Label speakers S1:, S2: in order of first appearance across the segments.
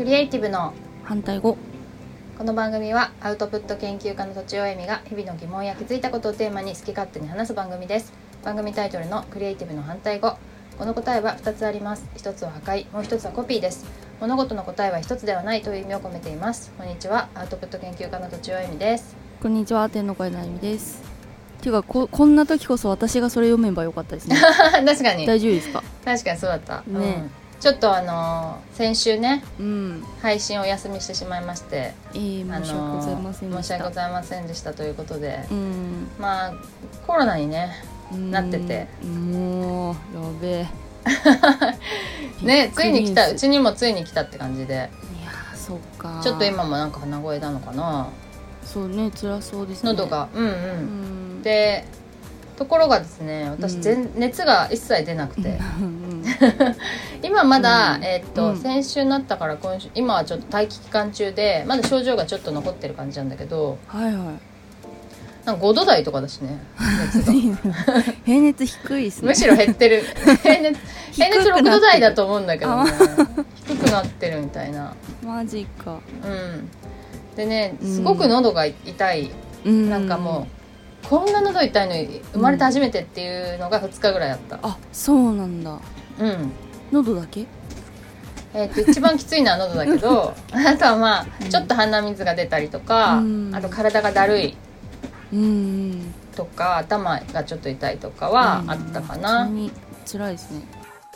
S1: イティブの
S2: 反対語
S1: この番組はアウトプット研究家のとちおえみが日々の疑問や気づいたことをテーマに好き勝手に話す番組です番組タイトルのクリエイティブの反対語この答えは2つあります一つは破壊もう一つはコピーです物事の答えは一つではないという意味を込めていますこんにちはアウトプット研究家のとちおえみです
S2: こんにちは天の声なゆみですていうかここんな時こそ私がそれ読めばよかったですね
S1: 確かに
S2: 大丈夫ですか
S1: 確かにそうだった、
S2: ね
S1: うんちょっとあのー先週ね
S2: うん
S1: 配信をお休みしてしまいまして
S2: えー、
S1: あ
S2: 申し訳
S1: の
S2: ございません
S1: ー
S2: で
S1: 申
S2: し
S1: し訳
S2: た
S1: ございませんでしたということで、
S2: うん
S1: まあコロナにね
S2: うん
S1: なってて
S2: もうやべえ
S1: ねついに来たう
S2: い
S1: ちにもついに来たって感じで
S2: やーそうか
S1: ちょっと今もなんか鼻声なのかな
S2: そうね辛そうですね
S1: 喉が、うんう、
S2: うんん
S1: でところがですね私
S2: うん
S1: 全、熱が一切出なくて
S2: うん
S1: 今まだ、
S2: うん
S1: えーっと、
S2: うん
S1: 先週になったから今週今はちょっと待機期間中でまだ症状がちょっと残ってる感じなんだけど
S2: はいは
S1: なんか5度台とかだしね熱 が
S2: い平熱低いですね
S1: むしろ減 ってる平熱平熱
S2: 低くなっ
S1: 6
S2: てる
S1: 度台だと思うんだけどね低くなってるみたいな
S2: マジか
S1: うんでねすごく喉が痛い、
S2: うん
S1: なんかもうこんな喉痛いのに生まれて初めてっていうのが2日ぐらいあった
S2: あそうなんだ
S1: うん
S2: 喉だけ
S1: えー、と一番きついのは喉だけ どあとはまあ
S2: うん
S1: ちょっと鼻水が出たりとか、
S2: うん
S1: あと体がだるい
S2: うん
S1: とか頭がちょっと痛いとかはあったかな、
S2: 普通に辛いですね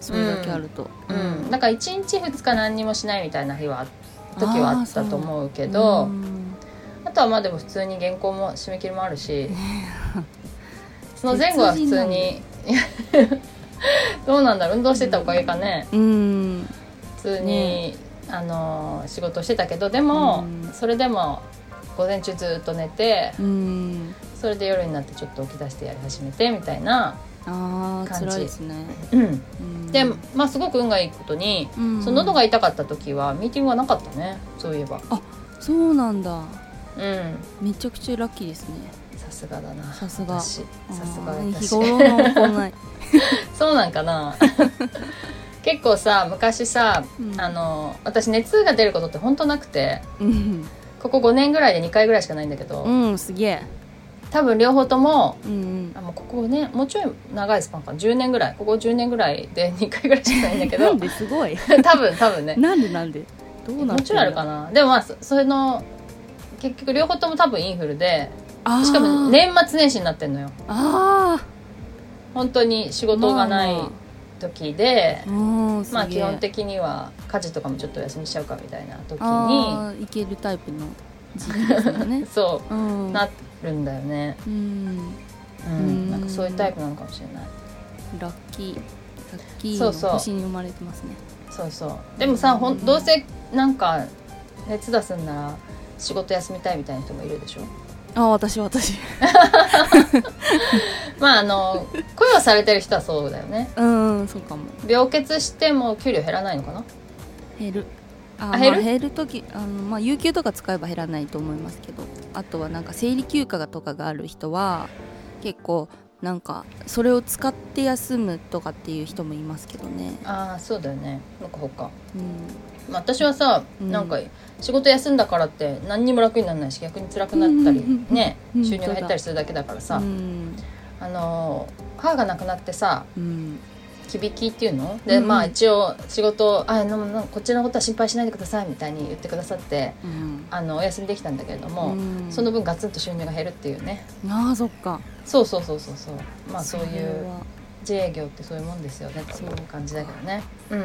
S2: それだけあると
S1: うん、だから1日2日何にもしないみたいな日は時はあったと思うけどあ
S2: うん
S1: とはまあでも普通に原稿も締め切りもあるしその前後は普通に どうなんだろう運動してたおかげかね
S2: うん
S1: 普通に、
S2: ね
S1: あの仕事してたけどでも、
S2: うん
S1: それでも午前中ずっと寝て
S2: うん
S1: それで夜になってちょっと起き出してやり始めてみたいな、
S2: ああ
S1: 感じ
S2: 辛いですね
S1: うん、
S2: うん
S1: でまあすごく運がいいことに、
S2: うん
S1: その喉が痛かった時はミーティングはなかったねそういえば
S2: そうなんだ
S1: うん
S2: めちゃくちゃラッキーですね
S1: さすがだな
S2: さすが
S1: 私さすが
S2: あー日
S1: 私
S2: 頃の行い
S1: そうなんか な結構さ昔さ、
S2: うん
S1: あの私熱が出ることって本当なくて
S2: うん
S1: ここ5年ぐらいで2回ぐらいしかないんだけど、
S2: うんすげえ
S1: 多分両方とも
S2: うんうん
S1: あもうここねもうちょい長いスパンかな10年ぐらいここ10年ぐらいで2回ぐ らいしかないんだけ
S2: な
S1: ど
S2: んですごい
S1: 多分多分ね
S2: なんでなんでどうな
S1: もう
S2: って
S1: ちょいあるかなでもまあそそれの結局両方とも多分インフルで
S2: な
S1: しかも年末年始になってんのよ
S2: あ
S1: 本当に仕
S2: ー
S1: 事がない
S2: まあ
S1: 時で、
S2: まあうんす
S1: まあ
S2: げ
S1: 基
S2: え
S1: 本的には家事とかもちょっとお休みしちゃうかみたいな時
S2: あ
S1: に
S2: ーいけるタイプの自分ですもんね
S1: そううんなるんだよね
S2: うん
S1: うん
S2: うん
S1: なんかそういうタイプなのかもしれない
S2: ラッキーラッキー
S1: そ
S2: の
S1: うそう
S2: 星に生まれてますね
S1: そうそうでもさ、ほ
S2: うん
S1: んどうせなんか熱出すんなら仕事休みたいみたいな人もいるでし ょ
S2: あ私私
S1: まああの雇用されてる人はそうだよね
S2: うんそうかも
S1: 病欠しても給料減らないのかな
S2: 減るあ
S1: あ減る
S2: まあ、減る時あの、まあ、有給とか使えば減らないと思いますけどあとはなんか生理休暇とかがある人は結構なんかそれを使って休むとかっていう人もいますけどね
S1: ああそうだよねなんかほか、
S2: うん
S1: まあ、私はさ、
S2: うん
S1: なんか仕事休んだからって何にも楽にならないし逆に辛くなったり、
S2: うんうんうん
S1: ね
S2: うん
S1: 収入が減ったりするだけだからさ、
S2: うん
S1: あの母が亡くなってさ
S2: うん
S1: 気引きっていうので、
S2: うん
S1: まあ一応仕事あのなんかこっちのことは心配しないでくださいみたいに言ってくださって
S2: うん
S1: あのお休みできたんだけれども、
S2: うん
S1: その分ガツンと収入が減るっていうね
S2: ああそっか
S1: そうそうそうそうそうまあそうい
S2: れ
S1: う
S2: は
S1: 自営業ってそういうもんですよねっていう感じだけどねう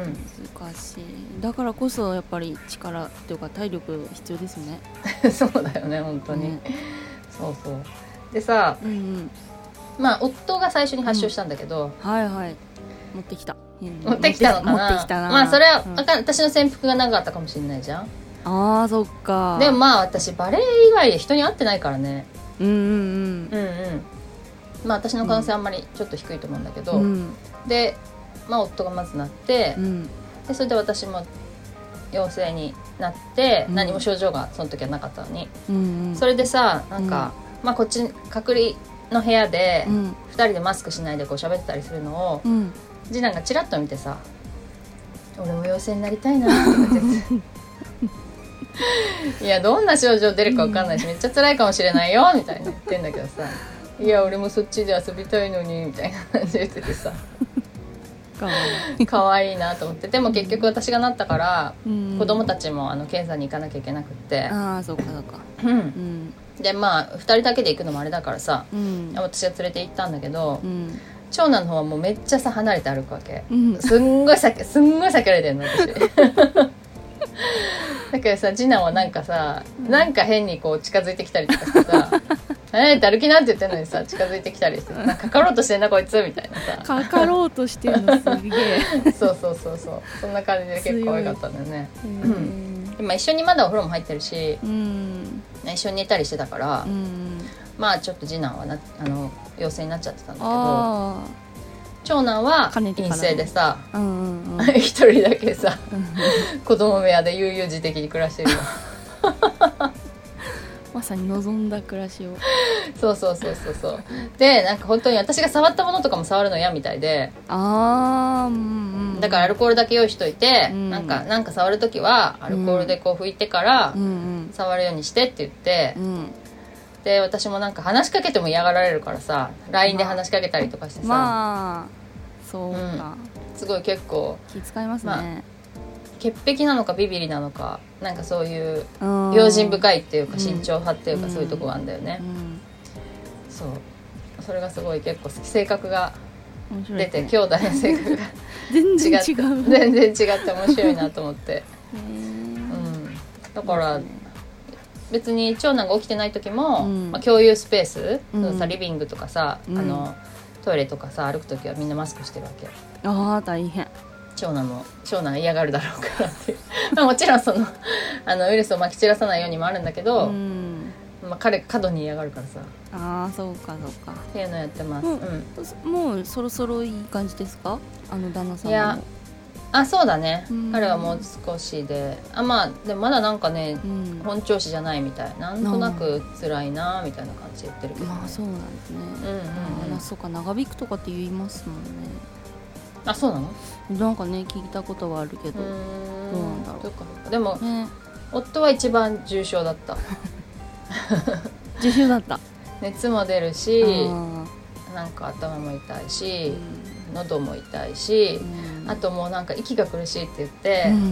S2: 難しいだからこそやっぱり力っていうか体力必要ですね
S1: ん そうだよね本当に、
S2: ね
S1: そうそうでさ
S2: うんうん
S1: まあ夫が最初に発症したんだけど、
S2: はいはい持ってきた、うん
S1: 持ってきたのかな
S2: 持ってきたな
S1: まあそれは、
S2: うん
S1: わかん私の潜伏が長かったかもしれないじゃん
S2: ああそっか
S1: でもまあ私バレエ以外で人に会ってないからね
S2: うんうん
S1: うんうんまあ私の可能性あんまりちょっと低いと思うんだけ
S2: う
S1: ど、
S2: んうん
S1: でまあ夫がまずなって
S2: う、ん
S1: でそれで私も陽性になって、
S2: うん
S1: 何も症状がその時はなかったのに、
S2: うんうん
S1: それでさなんか、まあこっち隔離の部屋で
S2: うん
S1: 2人でマスクしないでこう喋ってたりするのを、
S2: うん
S1: 次男がチラッと見てさ「俺も陽性になりたいな」って言って いやどんな症状出るかわかんないし、めっちゃ辛いかもしれないよみたいな言ってんだけどさ「いや俺もそっちで遊びたいのに」みたいな感じで言っててさ
S2: かわい
S1: 可愛いなと思ってでも結局私がなったから
S2: い、うん
S1: 子供たちもあの検査に行かなきゃいけなくって、
S2: ああそうかそうか
S1: うん
S2: うん
S1: でまあ2人だけで行くのもあれだからさ
S2: うん
S1: 私が連れて行ったんだけど
S2: うん
S1: 長男の方はもうめっちゃさ離れて歩くわけ。
S2: うん
S1: すんごい避けすんごい避けられてんの 私だけどさ次男はなんかさ、
S2: うん
S1: なんか変にこう近づいてきたりとかして さ「離れて歩きな」って言ってんのにさ近づいてきたりして「なんかかかろうとしてんなこいつ」みたいなさ
S2: かかろうとしてるのすげえ、
S1: そうそうそうそうそんな感じで結構可愛かったんだよね
S2: うん
S1: 今一緒にまだお風呂も入ってるし
S2: うん
S1: 一緒に寝たりしてたから、
S2: うん
S1: まあちょっと次男はなあの陽性になっちゃってたんだけど
S2: あ
S1: 長男は
S2: 兼ねてか
S1: 陰
S2: ら
S1: 性でさ
S2: あうんうんうん
S1: 一人だけさ
S2: うん
S1: 子供部屋で悠々自適に暮らして るよ
S2: まさに望んだ暮らしを
S1: そうそうそうそうそうでなんか本当に私が触ったものとかも触るの嫌みたいで
S2: ああうんうん
S1: だからアルコールだけ用意しといて、
S2: うん
S1: なんかなんか触る時はアルコールでこう拭いてから
S2: うんうん
S1: 触るようにしてって言って
S2: う、ん
S1: で私もなんか話しかけても嫌がられるからさ LINE で話しかけたりとかしてさ、
S2: まあそうか、
S1: すごい結構
S2: 気使いますね、
S1: 潔癖なのかビビリなのかなんかそういう
S2: うん
S1: 用心深いっていうか
S2: うん
S1: 慎重派っていうか
S2: うん
S1: そういうとこがあるんだよね
S2: う、ん
S1: そうそれがすごい結構好き性格が
S2: 面白い
S1: 出て、
S2: です
S1: 兄
S2: ね、
S1: 弟の性格が
S2: 全然 違うね
S1: 全然違って面白いなと思って。うん、だから別に長男が起きてない時も、
S2: うん
S1: まあ、共有スペース、
S2: うん
S1: そのさリビングとかさ、
S2: うん
S1: あのトイレとかさ歩く時はみんなマスクしてるわけ
S2: ああ大変
S1: 長男も長男は嫌がるだろうからっていう まあもちろんそのあのウイルスをまき散らさないようにもあるんだけど、
S2: ん、
S1: まあ、彼過度に嫌がるからさっ
S2: ああそうかそうか
S1: ていうのやってます、う
S2: うんんもうそろそろいい感じですかあの旦那さん
S1: いやあそうだね、
S2: うん
S1: 彼はもう少しであまあでもまだなんかね
S2: うん
S1: 本調子じゃないみたいなんとなく辛いなみたいな感じで言ってるけどね、
S2: まあそうなんですね、
S1: うんうんうん
S2: ああそうか長引くとかって言いますもんね
S1: あそうなの
S2: なんかね聞いたことはあるけ
S1: う
S2: ど、ね
S1: ーん
S2: どうなんだろう
S1: そっかそっかでも夫は一番重症だった
S2: 自習だった
S1: 熱も出る
S2: あ
S1: し
S2: ー
S1: なんか頭も痛いうし
S2: ん
S1: 喉も痛いし
S2: うん
S1: あともうなんか息が苦しいって言って、
S2: うんうん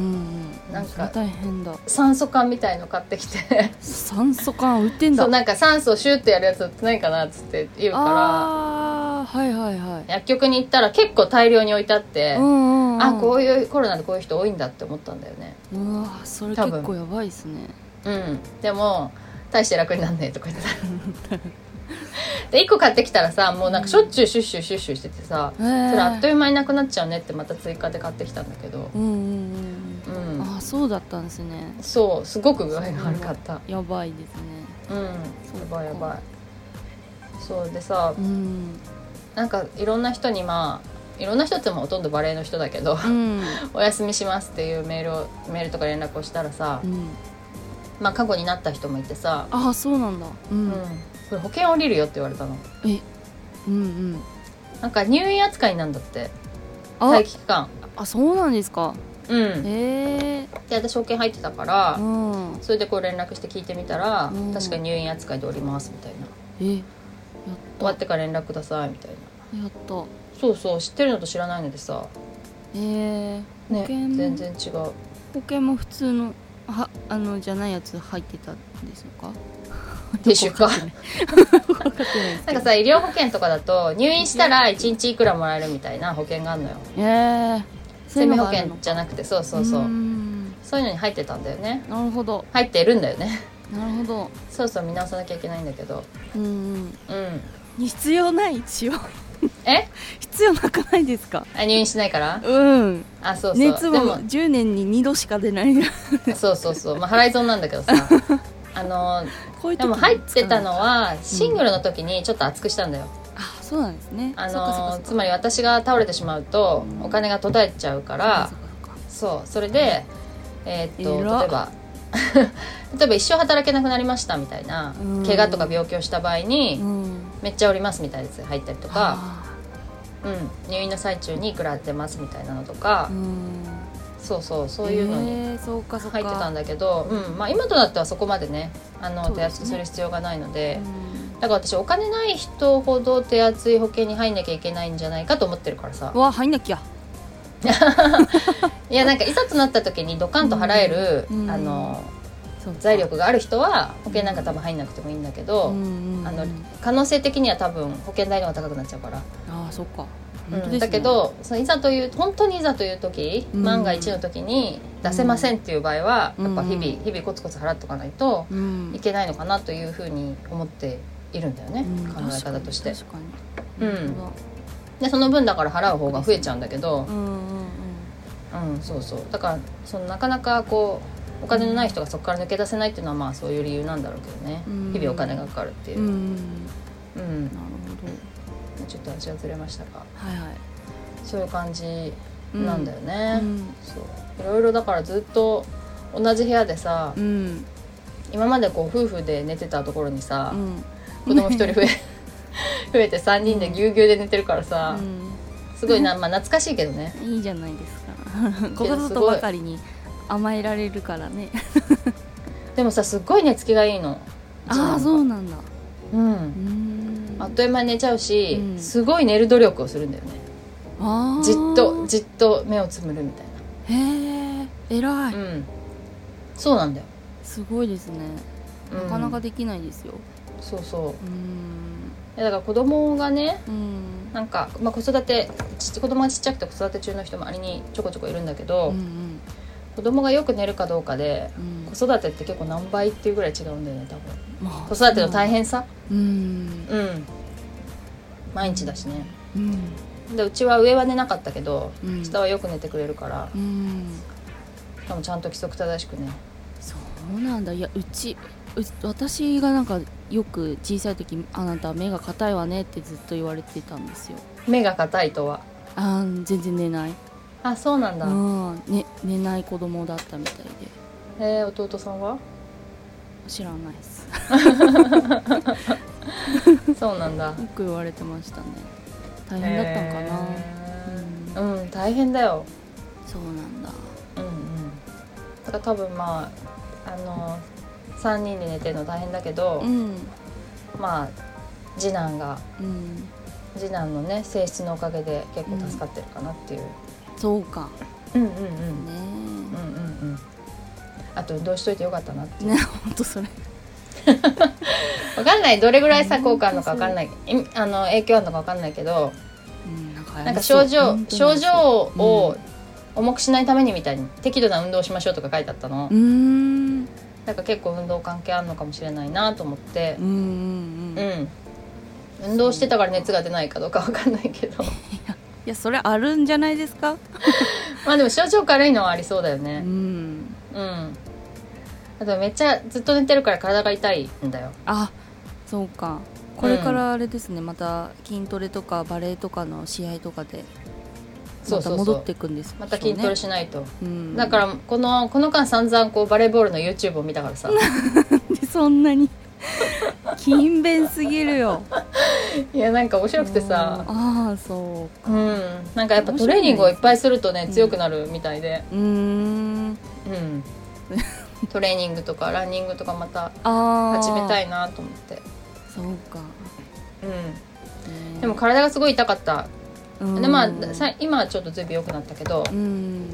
S2: うん、
S1: なんか
S2: それ大変だ
S1: 酸素缶みたいの買ってきて
S2: 酸素缶売ってんだ
S1: そうなんか酸素シューってやるやつ売ってないかなっつって言うか
S2: ああーはいはいはい
S1: ら薬局に行ったら結構大量に置いてあって、
S2: うんうんうん、
S1: あこういうコロナでこういう人多いんだって思ったんだよね
S2: うわーそれ結構やばいですね
S1: うんでも大して楽になんねえとか言ってた で1個買ってきたらさもうなんかしょっちゅうシュッシュシュッシュしててさ、
S2: えー
S1: それあっという間になくなっちゃうねってまた追加で買ってきたんだけど
S2: うんうんうん
S1: う
S2: うん
S1: ん
S2: あそうだったんですね
S1: そうすごく具合が悪かった
S2: やばいですね
S1: うんやばいやばいそうでさ
S2: うん
S1: なんかいろんな人にまあいろんな人ってもほとんどバレエの人だけど
S2: うん
S1: お休みしますっていうメールをメールとか連絡をしたらさ
S2: う、ん
S1: まあ、過去になった人もいてさ、
S2: ああそうなんだう
S1: うんん、これ保険降りるよって言われたの
S2: えうんうん
S1: なんか入院扱いなんだって
S2: あ
S1: 待機期間
S2: あそうなんですか
S1: うんで
S2: ええ
S1: 私保険入ってたから、
S2: うん
S1: それでこう連絡して聞いてみたら、
S2: うん
S1: 確か入院扱いでおりますみたいな
S2: えや
S1: 終わってから連絡くださいみたいな
S2: やった
S1: そうそう知ってるのと知らないのでさ、
S2: ええ保
S1: ね、
S2: 険
S1: 全然違う
S2: 保険も普通のはあのじゃないやつ入ってたんです か
S1: ティッシュか
S2: 分かってないです
S1: な
S2: け
S1: ん
S2: ど
S1: かさ医療保険とかだと入院したら1日いくらもらえるみたいな保険があるのよ
S2: ええ
S1: 生命保険じゃなくてそうそうそう
S2: ー
S1: うんそういうのに入ってたんだよね
S2: なるほど
S1: 入ってるんだよね
S2: なるほど
S1: そうそう見直さなきゃいけないんだけど
S2: うんうん
S1: うん
S2: 必要ない一応
S1: え
S2: 必要なくないですか
S1: あ入院しないから
S2: うん
S1: あそうそう
S2: 熱
S1: で
S2: も
S1: も
S2: 10年に2度しか出ない
S1: そうそうそう、まあ、払い損なんだけどさあの
S2: こういう時
S1: でも入ってたのはシングルの時にちょっと厚くしたんだよ、
S2: あそうなんですね
S1: あ
S2: そっかそっかそ
S1: の
S2: っか
S1: つまり私が倒れてしまうと
S2: うん
S1: お金が途絶えちゃうから
S2: そっかそっか
S1: そうそれでえーっと
S2: えら
S1: 例えば 例えば一生働けなくなりましたみたいな
S2: うん
S1: 怪我とか病気をした場合
S2: そっ
S1: に
S2: かうん
S1: めっちゃおりますみたいなやつ入ったりとか、
S2: あ
S1: うん、入院の最中にいくら出ますみたいなのとか
S2: ーう、ん
S1: そうそうそういうのに
S2: えーそうかそうか
S1: 入ってたんだけど、うんまあ、今となってはそこまでねあの
S2: そう
S1: 手
S2: ですね
S1: 厚くする必要がないので
S2: うん
S1: だから私お金ない人ほど手厚い保険に入んなきゃいけないんじゃないかと思ってるからさ
S2: うわ入んなきゃ
S1: いやなんかいざとなった時にドカンと払える、
S2: うん
S1: あの
S2: そうか
S1: 財力がある人は保険なんか多分入んなくてもいいんだけど、
S2: うんうん
S1: あの
S2: うん
S1: 可能性的には多分保険代の方が高くなっちゃうから、
S2: ああそっか
S1: うん
S2: 本当ですね
S1: だけどそのいざという本当にいざという時、
S2: うん
S1: 万が一の時に出せませんっていう場合は、
S2: うん
S1: やっぱ日々日々コツコツ払っとかないと
S2: うん
S1: いけないのかなというふうに思っているんだよね、
S2: うん
S1: 考え方として
S2: 確かに確かに
S1: うん
S2: 本
S1: でその分だから払う方が増えちゃうんだけど
S2: 当だ、うんうんう
S1: う
S2: ん
S1: ん、そうそうだからそのなかなかこうお金のない人がそこから抜け出せないっていうのはまあそういう理由なんだろうけどね、
S2: うん
S1: 日々お金がかかるっていうう、
S2: ん
S1: うん
S2: なるほど
S1: ちょっと味はずれましたが
S2: はいはい
S1: そういう感じ
S2: う
S1: なんだよね、
S2: うん
S1: そういろいろだからずっと同じ部屋でさ、
S2: うん
S1: 今までこう夫婦で寝てたところにさ
S2: う、ん
S1: 子供一人増 え増えて3人でぎゅうぎゅうで寝てるからさ、すごいな、まあ、懐かしいけどね
S2: うんいいじゃないです かこ
S1: け
S2: こ
S1: ど
S2: ぞ
S1: す
S2: と
S1: ごい
S2: ばかりに甘えられるからね
S1: でもさすっごい寝つきがいいの
S2: ああそうなんだ
S1: うん
S2: うーん
S1: あっという間に寝ちゃうし、
S2: うん
S1: すごい寝る努力をするんだよね
S2: あー
S1: じっとじっと目をつむるみたい
S2: へえ偉い
S1: な、うんそうなんだよ、
S2: すごいですね
S1: うん
S2: なかなかできないですよ
S1: そうそう
S2: うーん
S1: いやだから子供がね
S2: うん
S1: なんか、まあ、子育てち子供がちっちゃくて子育て中の人もありにちょこちょこいるんだけど、
S2: うんうん
S1: 子供がよく寝るかどうかで
S2: うん
S1: 子育てって結構何倍っていうぐらい違うんだよね多分
S2: まあ
S1: 子育ての大変さ
S2: うん
S1: うん毎日だしね
S2: うん
S1: でうちは上は寝なかったけど
S2: うん
S1: 下はよく寝てくれるから
S2: うん
S1: しかもちゃんと規則正しくね
S2: そうなんだいやうちう私がなんかよく小さい時「あなた目が硬いわね」ってずっと言われてたんですよ
S1: 目が硬いとは
S2: あー全然寝ない
S1: あそうなんだ、
S2: うん、ね、寝ない子供だったみたいで
S1: えー弟さん は
S2: 知らないです
S1: そうなんだ
S2: よく言われてましたね大変だったのかな、
S1: えーうん、大変だよ
S2: そうなんだ
S1: うんうんだから多分まああの3人で寝てるの大変だけど、
S2: うん
S1: まあ次男が
S2: うん
S1: 次男のね性質のおかげで結構助かってるかなっていう、
S2: そうか
S1: うん、うんうんうんうん
S2: ね
S1: うんうんあと運動しといてよかったなって
S2: えねほんとそれ
S1: 分かんないどれぐらいさ
S2: うん
S1: 効果あるのか分かんないいあの影響あるのか分かんないけど
S2: うんなんか
S1: な
S2: あ
S1: ん
S2: り
S1: か
S2: そう
S1: 症状
S2: 本当にあ
S1: 症
S2: り
S1: 状
S2: そう
S1: を重くしないためにみたいに適度な運動をしましょうとか書いてあったの、
S2: うーん
S1: なんか結構運動関係あるのかもしれないなと思って
S2: うんうんうん、
S1: う
S2: い
S1: ん運動してたから熱が出ないかどうかわかんないけど
S2: やそれあるんじゃないですか
S1: まあでも症状軽いのはありそうだよ
S2: う
S1: ね
S2: ん
S1: うんあとめっちゃずっと寝てるから体が痛いんだよ
S2: あそうかこれからあれですね、また筋トレとかバレエとかの試合とかで
S1: そ
S2: ま
S1: う
S2: た
S1: そうそう
S2: 戻っていくんです
S1: また筋トレしないと、
S2: レ、うん、
S1: だからこのこの間散々こうバレーボールの YouTube を見たからさ
S2: でそんなに勤勉すぎるよ
S1: いやなんか面白くてさ
S2: ああそ
S1: うんなんかやっぱトレーニングをいっぱいするとね
S2: 面白
S1: 強
S2: いね
S1: くなるみたいで
S2: ううーん
S1: うん、トレーニングとかランニングとかまた
S2: ああ
S1: 始めた
S2: い
S1: いなと思って
S2: そうか、
S1: うん
S2: ね
S1: でも体がすごい痛かった
S2: うん
S1: でまあさ今はちょっとずいぶん良くなったけど
S2: うんうん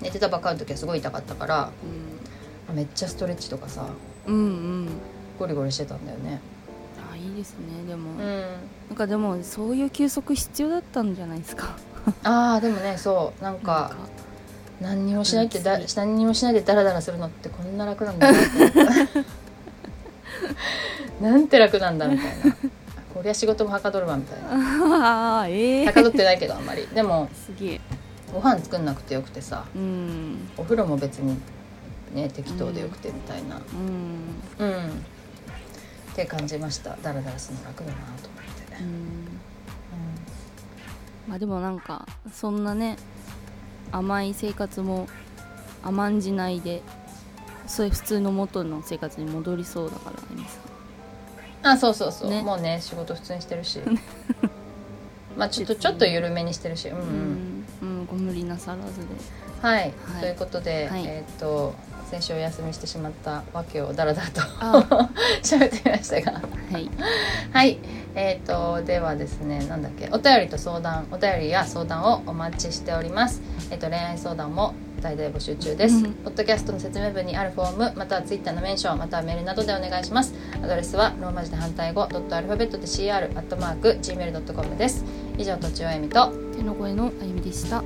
S1: 寝てたばっかりの時はすごい痛かったからめっちゃストレッチとかさ
S2: うんうん
S1: ゴリゴリしてたんだよね
S2: あいいですねでも、
S1: うん
S2: なんかでもそういう休息必要だったんじゃないですか
S1: あーでもねそうなん
S2: なん
S1: か
S2: か
S1: 何にもしないってだ
S2: うん
S1: 何にもしないでダラダラするのってこんな楽なんだなって思った なんて楽なんだみたいなこりゃ仕事もはかどるわみたいな
S2: ああええ
S1: はかどってないけどあんまりでも
S2: すげえ
S1: ご飯作んなくてよくてさ
S2: うん
S1: お風呂も別にね適当でよくてみたいな
S2: うん
S1: うん、って感じましたダラダラするの楽だなと思って
S2: う
S1: ね、
S2: んまあでもなんかそんなね甘い生活も甘んじないでそういう普通の元の生活に戻りそうだからあゆみさ
S1: うんあそうそうそう、
S2: ね
S1: もうね仕 事普通にしてるしまあちょっとちょっと緩めにしてるしうん
S2: んうん、うん、無理なさらずで
S1: はい、
S2: はい
S1: ということで、
S2: はい
S1: えーっと先週お休みしてしまったわけをだらだらと
S2: あ
S1: 喋ってみましたが
S2: はい
S1: はいえーっとではですねなんだっけお便りと相談お便りや相談をお待ちしておりますえーっと恋愛相談も大々募集中です、
S2: うん
S1: ポッドキャストの説明文にあるフォームまたはツイッターのメンションまたはメールなどでお願いしますアドレスはローマ字で反対語ドットアルファベットで CR アットマーク Gmail.com です以上とちおえみと
S2: 手の声のあゆみでした